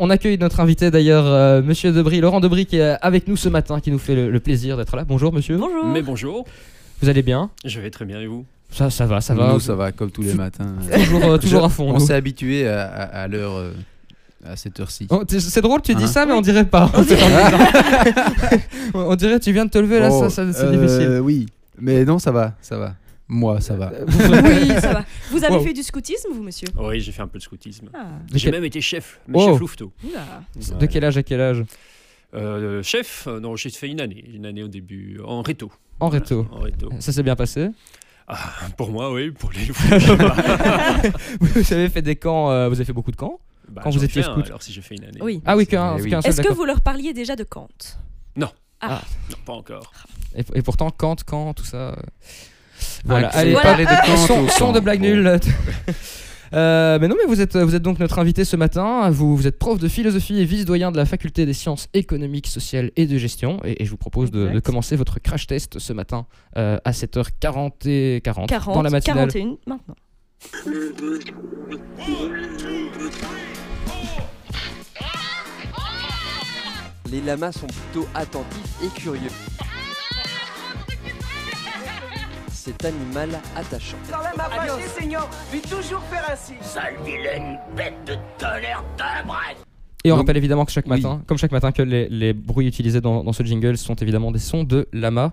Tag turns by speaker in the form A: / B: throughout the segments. A: On accueille notre invité d'ailleurs, euh, Monsieur Debris, Laurent Debris, qui est avec nous ce matin, qui nous fait le, le plaisir d'être là. Bonjour, monsieur.
B: Bonjour.
C: Mais bonjour,
A: Vous allez bien
C: je vais très bien et vous
A: Ça, ça va, ça va.
D: Nous, ça va, comme tous les
A: Tout-
D: matins.
A: Toujours, euh, toujours à fond.
D: On
A: nous.
D: s'est habitué à, à, à l'heure, euh, à cette heure-ci.
A: Oh, t'es- c'est drôle, tu dis
D: Hein
A: ça, mais on dirait Oh, pas. on dirait, tu viens de te lever là,
D: Bon,
A: ça, ça- c'est
D: euh,
A: difficile. Euh,
D: Oui, mais non, ça va, ça va. Moi, ça va.
B: Oui, ça va. Vous avez
A: Wow.
B: fait du scoutisme, vous, monsieur
C: Oh Oui, j'ai fait un peu de scoutisme.
B: Ah,
A: De
C: J'ai
A: quel,
C: même été chef, mais
A: Oh.
C: chef louveteau.
B: oula.
A: de quel âge à quel âge
C: Euh, Chef, euh, non, j'ai fait une année, une année au début, en réto.
A: En réto. Ah.
C: En réto.
A: Ça s'est bien passé
C: Pour moi, oui, pour les louveteaux.
A: Vous avez fait des camps, euh, vous avez fait beaucoup de camps
C: Bah,
A: Quand vous
C: j'en ai
A: étiez
C: fait un,
A: scout.
C: Alors si j'ai fait une année.
B: Oui.
A: Ah oui, qu'un
D: Eh oui.
A: qu'un seul,
B: Est-ce que
A: d'accord.
B: vous leur parliez déjà de Kant
C: Non, pas encore.
A: Et, et pourtant, Kant, Kant, tout ça. euh, Ah, Voilà, allez,
B: Voilà.
A: pas-
D: parler de Kant
A: son,
D: au
A: son de
D: Kant.
A: blague
D: Bon.
A: nulle. Euh, mais non, mais vous êtes, vous êtes donc notre invité ce matin. Vous, vous êtes prof de philosophie et vice-doyen de la faculté des sciences économiques, sociales et de gestion. Et, et je vous propose de,
B: Exact.
A: de commencer votre crash test ce matin euh, à 7h40 et 40,
B: 40,
A: dans la matinale.
B: 41 maintenant.
E: Les lamas sont plutôt attentifs et curieux. Cet animal attachant.
F: Quand même Apache, Seigneur, puis toujours faire ainsi.
A: Et on
D: Donc-
A: rappelle évidemment que chaque
D: Oui.
A: matin, comme chaque matin, que les, les bruits utilisés dans, dans ce jingle sont évidemment des sons de lama.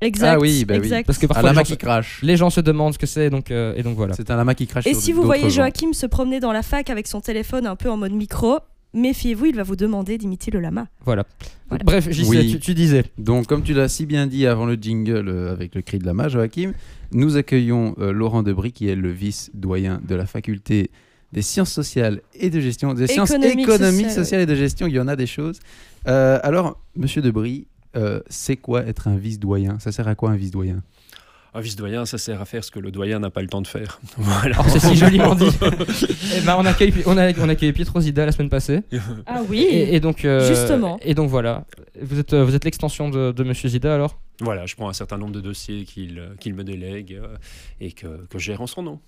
B: Exact.
D: Ah oui, bah oui.
B: exact.
A: Parce que
D: Un
A: parfois, les
D: lama
A: gens,
D: qui
A: se,
D: crache.
A: les gens se demandent ce que c'est, donc, euh, et donc voilà.
D: C'est un lama qui crache.
B: Et
D: sur
B: si vous
D: d'autres
B: voyez
D: gens.
B: Joachim se promener dans la fac avec son téléphone un peu en mode micro, méfiez-vous, il va vous demander d'imiter le lama.
A: voilà.
B: Voilà.
A: Bref, JC,
D: Oui.
A: tu, tu disais.
D: Donc, comme tu l'as si bien dit avant le jingle euh, avec le cri de lama, Joachim, nous accueillons euh, Laurent Debris, qui est le vice-doyen de la faculté des sciences sociales et de gestion, des sciences
B: Économique,
D: économiques,
B: sociale,
D: sociales et de gestion. Il y en a des choses. Euh, alors, Monsieur Debris, euh, c'est quoi être un vice-doyen Ça sert à quoi un vice-doyen
C: Un vice-doyen, ça sert à faire ce que le doyen n'a pas le temps de faire. Voilà.
A: Oh, C'est si joliment dit. Eh ben, on accueille, on a, on a accueilli Pietro Zida la semaine passée.
B: Ah
A: Et, et donc, euh,
B: Justement.
A: Et donc voilà. Vous êtes, euh, vous êtes l'extension de, de Monsieur Zida alors
C: Voilà, je prends un certain nombre de dossiers qu'il euh, qu'il me délègue euh, et que, que je gère en son nom.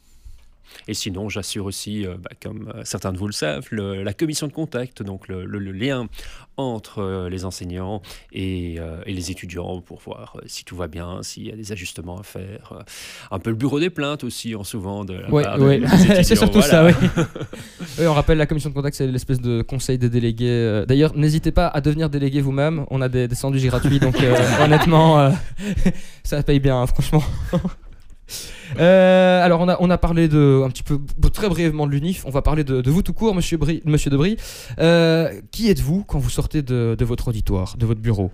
C: Et sinon, j'assure aussi, euh, bah, comme euh, certains de vous le savent, le- la commission de contact, donc le, le- le lien entre euh, les enseignants et, euh, et les étudiants pour voir euh, si tout va bien, s'il y a des ajustements à faire. euh, un peu le bureau des plaintes aussi, en souvent de la part de- des
A: c'est
C: étudiants,
A: surtout
C: voilà.
A: ça, oui. Oui, On rappelle, la commission de contact, c'est l'espèce de conseil des délégués. euh. D'ailleurs, n'hésitez pas à devenir délégué vous-même. On a des, des sandwichs gratuits, donc euh, honnêtement, euh, ça paye bien, hein, franchement. Euh, alors on a, on a parlé de un petit peu b- très brièvement de l'UNIF, on va parler de, de vous tout court, monsieur, Bri, monsieur Debris. Euh, qui êtes-vous quand vous sortez de, de votre auditoire, de votre bureau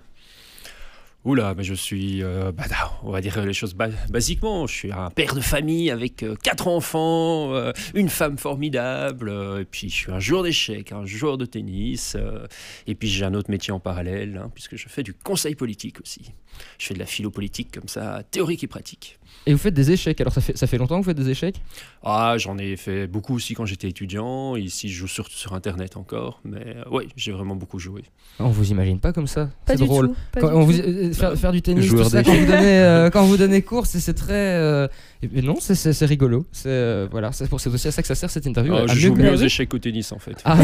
C: Oula, mais je suis, euh, bah, non, on va dire les choses ba- basiquement, je suis un père de famille avec euh, quatre enfants, euh, une femme formidable, euh, et puis je suis un joueur d'échecs, un joueur de tennis, euh, et puis j'ai un autre métier en parallèle, hein, puisque je fais du conseil politique aussi. Je fais de la philo-politique comme ça, théorique et pratique.
A: Et vous faites des échecs, alors ça fait, ça fait longtemps que vous faites des échecs
C: Ah, j'en ai fait beaucoup aussi quand j'étais étudiant, ici je joue surtout sur Internet encore, mais oui, j'ai vraiment beaucoup joué.
A: On vous imagine pas comme ça,
B: Pas
A: c'est
B: du
A: drôle.
B: tout. pas
A: Quand
B: du
A: on vous-
B: tout.
A: euh, faire, faire du tennis,
D: Joueur
A: tout ça, quand
D: d'échecs.
A: vous donnez, euh, quand vous donnez cours, c'est c'est très. euh, et- mais non, c'est- c'est c'est rigolo. C'est euh, voilà, c'est pour- c'est aussi à ça que ça sert cette interview.
C: Ah,
A: à
C: je joue
A: que-
C: mieux aux échecs qu'au tennis en fait.
A: Ah.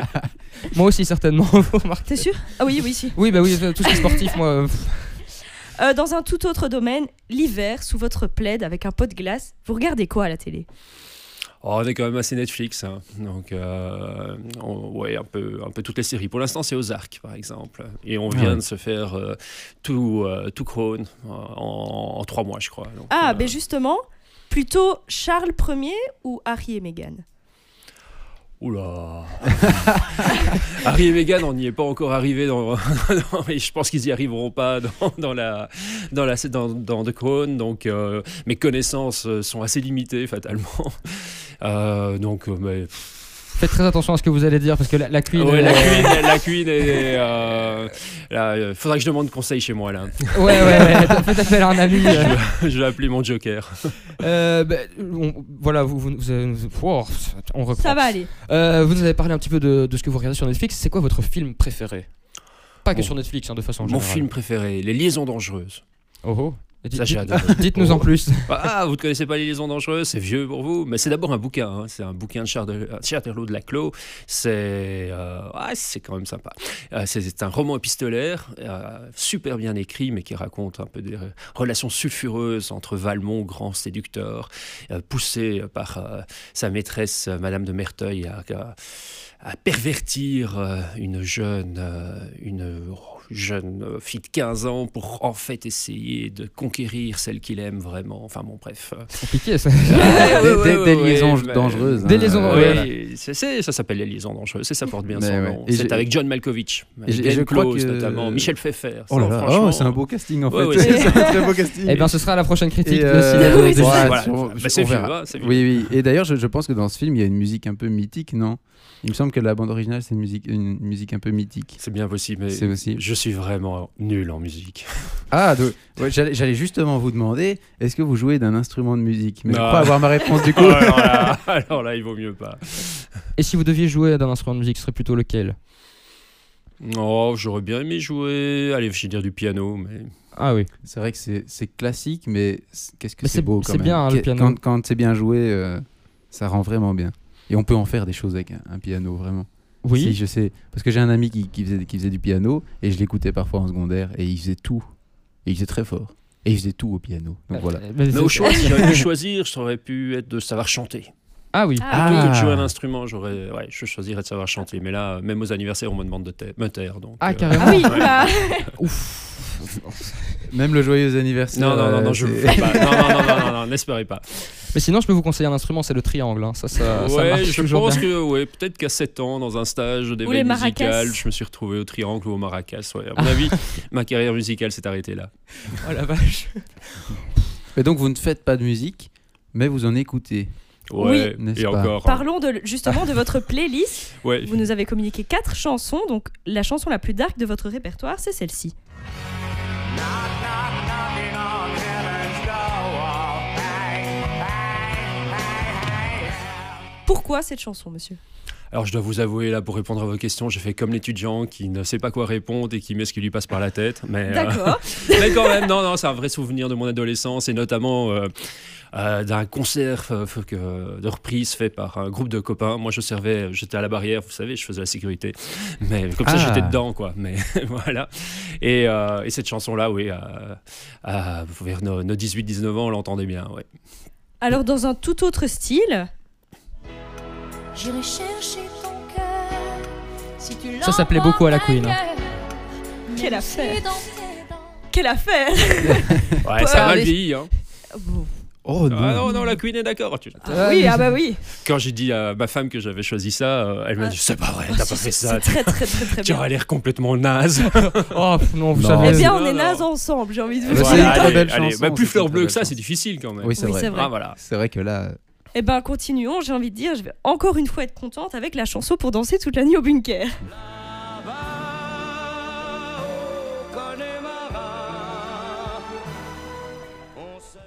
A: moi aussi certainement. vous remarquez.
B: T'es sûr Ah oui, oui, si.
A: Oui, bah oui, tout ce qui est sportif, moi. euh, pff,
B: Euh, dans un tout autre domaine, l'hiver, sous votre plaid avec un pot de glace, vous regardez quoi à la télé
C: Oh, on est quand même assez Netflix, hein. donc euh, on- ouais, un peu, un peu toutes les séries. Pour l'instant, c'est Ozark, par exemple, et on vient
D: ouais.
C: de se faire euh, tout, euh, tout Crown euh, en, en trois mois, je crois. Donc,
B: Ah,
C: euh,
B: ben justement, plutôt Charles Ier ou Harry et Meghan
C: Oula. Harry et Meghan, on n'y est pas encore arrivé, dans, dans- et je pense qu'ils n'y arriveront pas dans, dans la, dans la, dans, dans The Crown. Donc, euh, mes connaissances euh, sont assez limitées, fatalement. Euh, donc, euh, mais
A: Faites très attention à ce que vous allez dire parce que la, la cuisine.
C: Ah Ouais, la
A: euh,
C: cuisine, la cuisine est. euh, là, euh, faudra que je demande conseil chez moi, là.
A: ouais, ouais, ouais, Faites appel à un ami. euh.
C: je vais appeler mon joker.
A: Euh, bah, on- voilà, vous, vous, vous avez- vous- wow, on reprend.
B: Ça va aller.
A: Euh, vous nous avez parlé un petit peu de, de ce que vous regardez sur Netflix. C'est quoi votre film préféré Pas que
C: Mon-
A: sur Netflix, hein, de façon
C: Mon
A: générale.
C: film préféré, Les Liaisons Dangereuses.
A: Oh, oh. Dites-
C: Ça, j'ai
A: dites-
C: adoré.
A: Dites-nous en plus.
C: Ah, vous ne connaissez pas Les Liaisons Dangereuses, c'est vieux pour vous, mais c'est d'abord un bouquin. hein. C'est un bouquin de Charde- Charterlos de Laclos. C'est euh, ah, c'est quand même sympa. Euh, c'est- c'est un roman épistolaire, euh, super bien écrit, mais qui raconte un peu des re- relations sulfureuses entre Valmont, grand séducteur, euh, poussé par euh, sa maîtresse, euh, Madame de Merteuil, à, à- à pervertir euh, une jeune, euh, une oh, jeune euh, fille de 15 ans pour en fait essayer de conquérir celle qu'il aime vraiment. Enfin bon, bref. euh.
A: Compliqué ça.
D: Des-
C: Ouais, ouais,
D: des-
C: ouais,
D: des
C: ouais,
D: liaisons
C: mais-
D: dangereuses,
A: Des hein, liaisons euh, dangereuses.
C: Oui, c'est- c'est- ça s'appelle les liaisons dangereuses. Et ça porte bien
D: Mais
C: son
D: ouais.
C: nom.
D: Et
C: C'est
D: j'ai-
C: avec John Malkovich,
D: et j'ai-
C: Glenn
D: je crois
C: Close
D: que-
C: notamment, Michel Pfeiffer.
D: Oh là là,
C: franchement,
D: oh, c'est un beau casting en
C: Ouais,
D: fait.
C: ouais,
D: c'est
C: c'est-
D: un très beau casting.
A: Eh bien, ce sera la prochaine critique.
D: Et,
A: de
D: euh,
A: Cinéma des
D: oui, c'est
A: Arts.
D: ça.
C: Voilà.
D: sur-
C: Bah,
D: sur-
C: c'est
D: on
C: vieux,
D: verra.
C: hein, c'est vieux.
D: Oui, oui. Et d'ailleurs, je, je pense que dans ce film, il y a une musique un peu mythique, non Il me semble que la bande originale, c'est une musique, une musique un peu mythique.
C: C'est bien possible,
D: C'est
C: mais
D: aussi.
C: je suis vraiment nul en musique.
D: Ah, donc, ouais, j'allais j'allais justement vous demander, est-ce que vous jouez d'un instrument de musique Mais je
C: Non.
D: crois avoir ma réponse du coup.
C: Oh, alors, là, alors là, il vaut mieux pas.
A: Et si vous deviez jouer d'un instrument de musique, ce serait plutôt lequel
C: Oh, j'aurais bien aimé jouer. Allez, je vais dire du piano, mais
A: Ah oui.
D: C'est vrai que c'est c'est classique, mais c'est- qu'est-ce que
A: Mais
D: c'est
A: c'est-
D: beau quand
A: c'est
D: même.
A: bien, hein, le
D: Qu'est-
A: piano.
D: Quand, quand c'est bien joué, euh, ça rend vraiment bien. Et on peut en faire des choses avec un, un piano, vraiment. Si,
A: Oui.
D: je sais. Parce que j'ai un ami qui, qui faisait, qui faisait du piano et je l'écoutais parfois en secondaire et il faisait tout. Et il faisait très fort. Et il faisait tout au piano. Donc voilà.
A: Euh, Mais
C: Mais
A: c'est-
C: au choix, si j'avais pu choisir, j'aurais pu être de savoir chanter.
A: Ah oui.
B: Ah,
C: Plutôt que de
D: Ah.
C: jouer un instrument, j'aurais, ouais, je choisirais de savoir chanter. Mais là, même aux anniversaires, on me demande de ta- me taire. Donc,
A: Ah,
C: euh,
A: carrément.
B: Ah oui,
C: Ouais.
B: bah,
D: Ah, Même le joyeux anniversaire.
C: Non, non, non, non, je le
D: euh,
C: fais pas. Non, non, non, non, non, non, n'espérez pas.
A: Mais sinon, je peux vous conseiller un instrument, c'est le triangle. hein. Ça, ça, ça
C: ouais,
A: marche
C: je
A: toujours
C: pense
A: bien.
C: que ouais, peut-être qu'à 7 ans, dans un stage
B: les
C: d'éveil
B: maracas.
C: musical, je me suis retrouvé au Triangle ou au Maracas. Ouais. À mon avis, ma carrière musicale s'est arrêtée là.
A: Oh la vache.
D: Et donc vous ne faites pas de musique, mais vous en écoutez.
C: Ouais,
D: Oui. N'est-ce
C: et
D: pas
C: encore. hein.
B: parlons de, justement de votre playlist.
C: Ouais.
B: Vous nous avez communiqué quatre chansons, donc la chanson la plus dark de votre répertoire, c'est celle-ci. Pourquoi cette chanson, monsieur
C: Alors je dois vous avouer là pour répondre à vos questions, j'ai fait comme l'étudiant qui ne sait pas quoi répondre et qui met ce qui lui passe par la tête. Mais, euh,
B: D'accord.
C: mais quand même, non, non, c'est un vrai souvenir de mon adolescence et notamment euh, euh, d'un concert euh, f- que- de reprise fait par un groupe de copains. Moi je servais, j'étais à la barrière, vous savez, je faisais la sécurité, mais comme ça
D: Ah.
C: j'étais dedans quoi. Mais voilà. Et, euh, et cette chanson là, oui, euh, à- vers nos, 18-19 ans, on l'entendait bien. Ouais.
B: Alors, dans un tout autre style,
G: J'irai chercher ton cœur si tu
A: Ça, ça plaît beaucoup à la Queen, hein.
B: Quelle affaire. quelle affaire
C: Ouais, ça m'a
B: allez.
C: vieilli. Hein.
B: Bon.
D: Oh
C: Ah non, non, la Queen est d'accord. tu-
B: Oui, ah bah oui.
C: Quand j'ai dit à ma femme que j'avais choisi ça, euh, elle m'a
B: Ah.
C: dit C'est pas vrai,
B: Oh,
C: t'as
B: c'est-
C: pas fait
B: c'est
C: ça.
B: Très, très, très, très
C: Tu
B: bien.
C: auras l'air complètement naze.
A: Oh pff, non, vous
D: Non.
B: Eh
A: savez.
B: bien, on
C: Non,
B: est
C: non.
B: nazes ensemble, j'ai envie de vous
D: Voilà,
B: dire.
D: Bah, très belle
C: allez,
D: chanson,
C: bah, plus
D: c'est
C: fleur
D: une très
C: bleue
D: belle
C: que ça, c'est
D: chanson.
C: difficile quand même.
D: Oui, c'est
B: Oui,
D: vrai.
B: c'est
C: Ah, voilà.
D: C'est vrai que là,
B: Eh ben, continuons, j'ai envie de dire, je vais encore une fois être contente avec la chanson pour danser toute la nuit au bunker.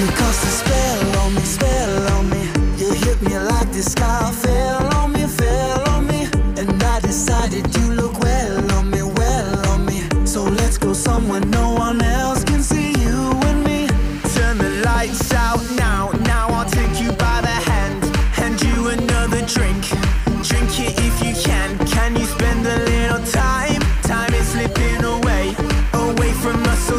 H: You cast a spell on me, spell on me. You hit me like the sky fell on me, fell on me. And I decided you look well on me, well on me. So let's go somewhere no one else can see you and me.
F: Turn the lights out now, now I'll take you by the hand. Hand you another drink. Drink it if you can. Can you spend a little time? Time is slipping away, away from us, so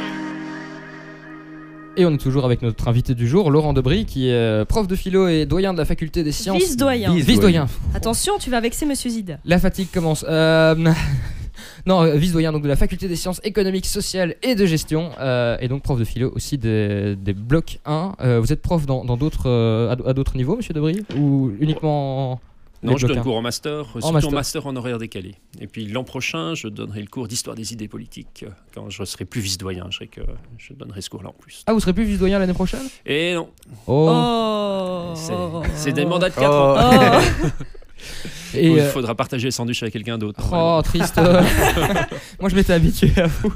A: Et on est toujours avec notre invité du jour, Laurent Debry, qui est euh, prof de philo et doyen de la faculté des sciences.
B: Vice-doyen.
D: Vice-
A: Vice-doyen.
B: Attention, tu vas vexer Monsieur Zida.
A: La fatigue commence. Euh, non, euh, vice-doyen donc de la faculté des sciences économiques, sociales et de gestion, euh, et donc prof de philo aussi des, des blocs 1. Euh, vous êtes prof dans dans d'autres euh, à d- à d'autres niveaux, Monsieur Debry, ou uniquement
C: Non,
A: les
C: je donne
A: bloquins.
C: cours en master, surtout en
A: master.
C: master. en horaire décalé. Et puis l'an prochain, je donnerai le cours d'histoire des idées politiques, euh, quand je serai plus vice-doyen, je, serai que je donnerai ce cours-là en plus.
A: Ah, vous serez plus vice-doyen l'année prochaine
C: Et non,
A: Oh,
B: Oh.
C: c'est- c'est des mandats de 4 ans.
B: Oh.
A: et,
C: il
A: euh,
C: faudra partager le sandwich avec quelqu'un d'autre.
A: oh, triste. Moi, je m'étais habitué à vous.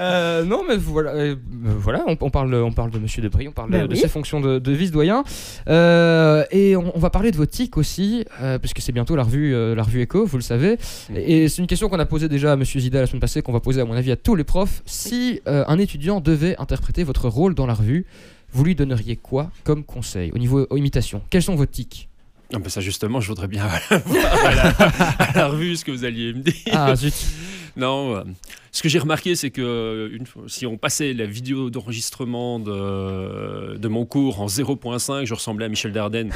A: Euh, non, mais voilà, euh, voilà on, on parle, on parle de Monsieur Debris, on parle
B: Bah
A: de
B: oui.
A: ses fonctions de, de vice-doyen. Euh, et on, on va parler de vos tics aussi, euh, puisque c'est bientôt la revue, euh, la revue Echo, vous le savez. Et, et c'est une question qu'on a posée déjà à Monsieur Zida la semaine passée, qu'on va poser à mon avis à tous les profs. Si euh, un étudiant devait interpréter votre rôle dans la revue, vous lui donneriez quoi comme conseil au niveau euh, imitation Quels sont vos tics
C: Non, mais ça justement, je voudrais bien voir à la, à la revue ce que vous alliez me dire.
A: Ah zut
C: Non, euh, ce que j'ai remarqué, c'est que euh, une fois- si on passait la vidéo d'enregistrement de, de mon cours en 0.5, je ressemblais à Michel Dardenne.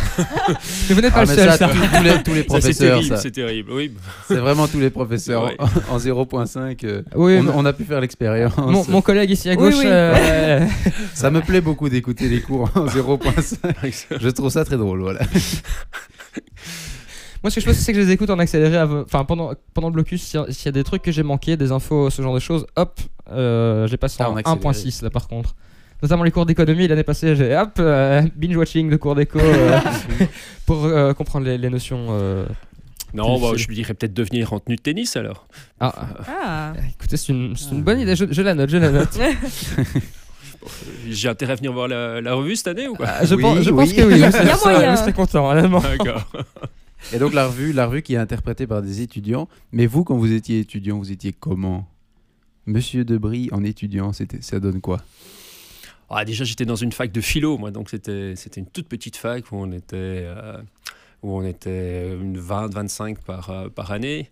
A: Mais vous n'êtes pas
D: Ah,
A: le
D: mais
A: seul,
D: ça,
A: ça.
D: tous- tous les,
C: Ça,
D: tous les
C: C'est
D: professeurs,
C: terrible,
D: ça.
C: c'est terrible. Oui,
D: C'est vraiment tous les professeurs.
C: Ouais.
D: En 0.5, euh,
A: Oui,
D: on,
A: mais-
D: on a pu faire l'expérience.
A: Mon, mon collègue ici à
B: Oui,
A: gauche.
B: oui.
A: euh,
D: Ça me plaît beaucoup d'écouter les cours en 0.5. Je trouve ça très drôle, voilà.
A: Moi, ce que je fais, c'est que je les écoute en accéléré. av- Enfin, pendant, pendant le blocus, s'il y a- s'il y a des trucs que j'ai manqué, des infos, ce genre de choses, hop, euh, j'ai passé
D: Ah,
A: en
D: en accéléré.
A: 1.6 là par contre. Notamment les cours d'économie, l'année passée, j'ai hop, euh, binge-watching de cours d'éco euh, pour euh, comprendre les, les notions. euh.
C: Non,
A: Plus
C: bah,
A: facile.
C: je lui dirais peut-être devenir en tenue de tennis alors.
A: Ah,
B: Ah.
A: ah, écoutez, c'est une, c'est une bonne idée, je, je la note, je la note.
C: J'ai intérêt à venir voir la, la revue cette année ou quoi
A: Ah, je
D: Oui,
A: pense, je
D: oui.
A: pense que oui.
B: Y a
A: c'est ça,
B: moyen.
A: Je serais content, hein, honnêtement.
C: D'accord.
D: Et donc la revue, la revue qui est interprétée par des étudiants. Mais vous, quand vous étiez étudiant, vous étiez comment Monsieur Debris en étudiant, c'était- ça donne quoi
C: Ah, déjà, j'étais dans une fac de philo, moi, donc c'était c'était une toute petite fac où on était, euh, où on était une 20, 25 par, euh, par année.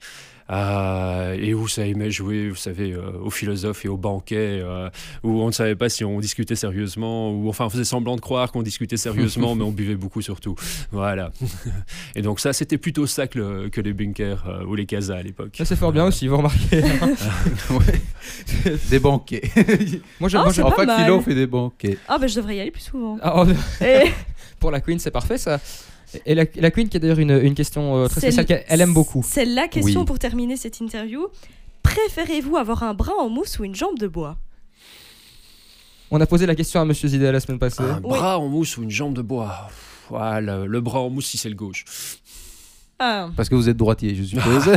C: euh, et où ça aimait jouer, vous savez, euh, aux philosophes et aux banquets, euh, où on ne savait pas si on discutait sérieusement, ou enfin on faisait semblant de croire qu'on discutait sérieusement, mais on buvait beaucoup surtout. Voilà. Et donc ça, c'était plutôt ça que, le- que les bunkers euh, ou les casas à l'époque.
A: Ça, c'est fort bien aussi, vous remarquez.
D: Des banquets.
A: Moi, je,
B: Ah,
A: moi, je-
B: c'est
D: en
B: pas
D: fac
B: mal.
D: philo, on fait des banquets.
B: Ah, bah, je devrais y aller plus souvent. Eh,
A: Ah, oh,
B: Et-
A: pour la Queen, c'est parfait ça. Et la, la Queen, qui est d'ailleurs une, une question euh, très
B: Oh, C'est
A: spéciale,
B: l-
A: qu'elle elle aime beaucoup.
B: C'est la question
D: Oui.
B: pour terminer cette interview. Préférez-vous avoir un bras en mousse ou une jambe de bois
A: On a posé la question à Monsieur Zidé la semaine passée.
C: Un
B: Oui.
C: bras en mousse ou une jambe de bois Ouah, le, le bras en mousse si c'est le gauche.
B: Ah,
D: Parce que vous êtes droitier, je suppose.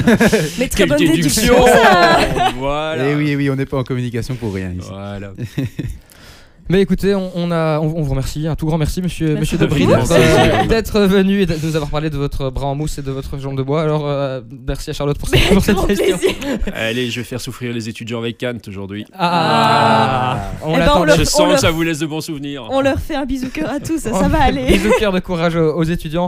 B: mais très bonne
C: Quelle
B: déduction.
C: déduction
B: ça.
C: Voilà.
D: Et oui, eh oui, on n'est pas en communication pour rien ici.
C: Voilà.
A: Mais écoutez, on, on a, on, on vous remercie, un tout grand merci, Monsieur,
B: Merci
A: monsieur Debris,
B: beaucoup.
A: d'être
C: Merci.
A: euh, d'être venu et de nous avoir parlé de votre bras en mousse et de votre jambe de bois. Alors, euh, merci à Charlotte pour, cette- pour cette
B: Grand
A: question.
B: plaisir.
C: Allez, je vais faire souffrir les étudiants avec Kant aujourd'hui.
A: Ah, on
B: Eh ben,
A: l'attend.
B: on le-
C: je
B: on
C: sens
B: le-
C: que ça vous laisse de bons souvenirs.
B: Oh, On leur fait un bisou cœur à tous, ça, ça va aller.
A: Bisous cœur de courage aux, aux étudiants.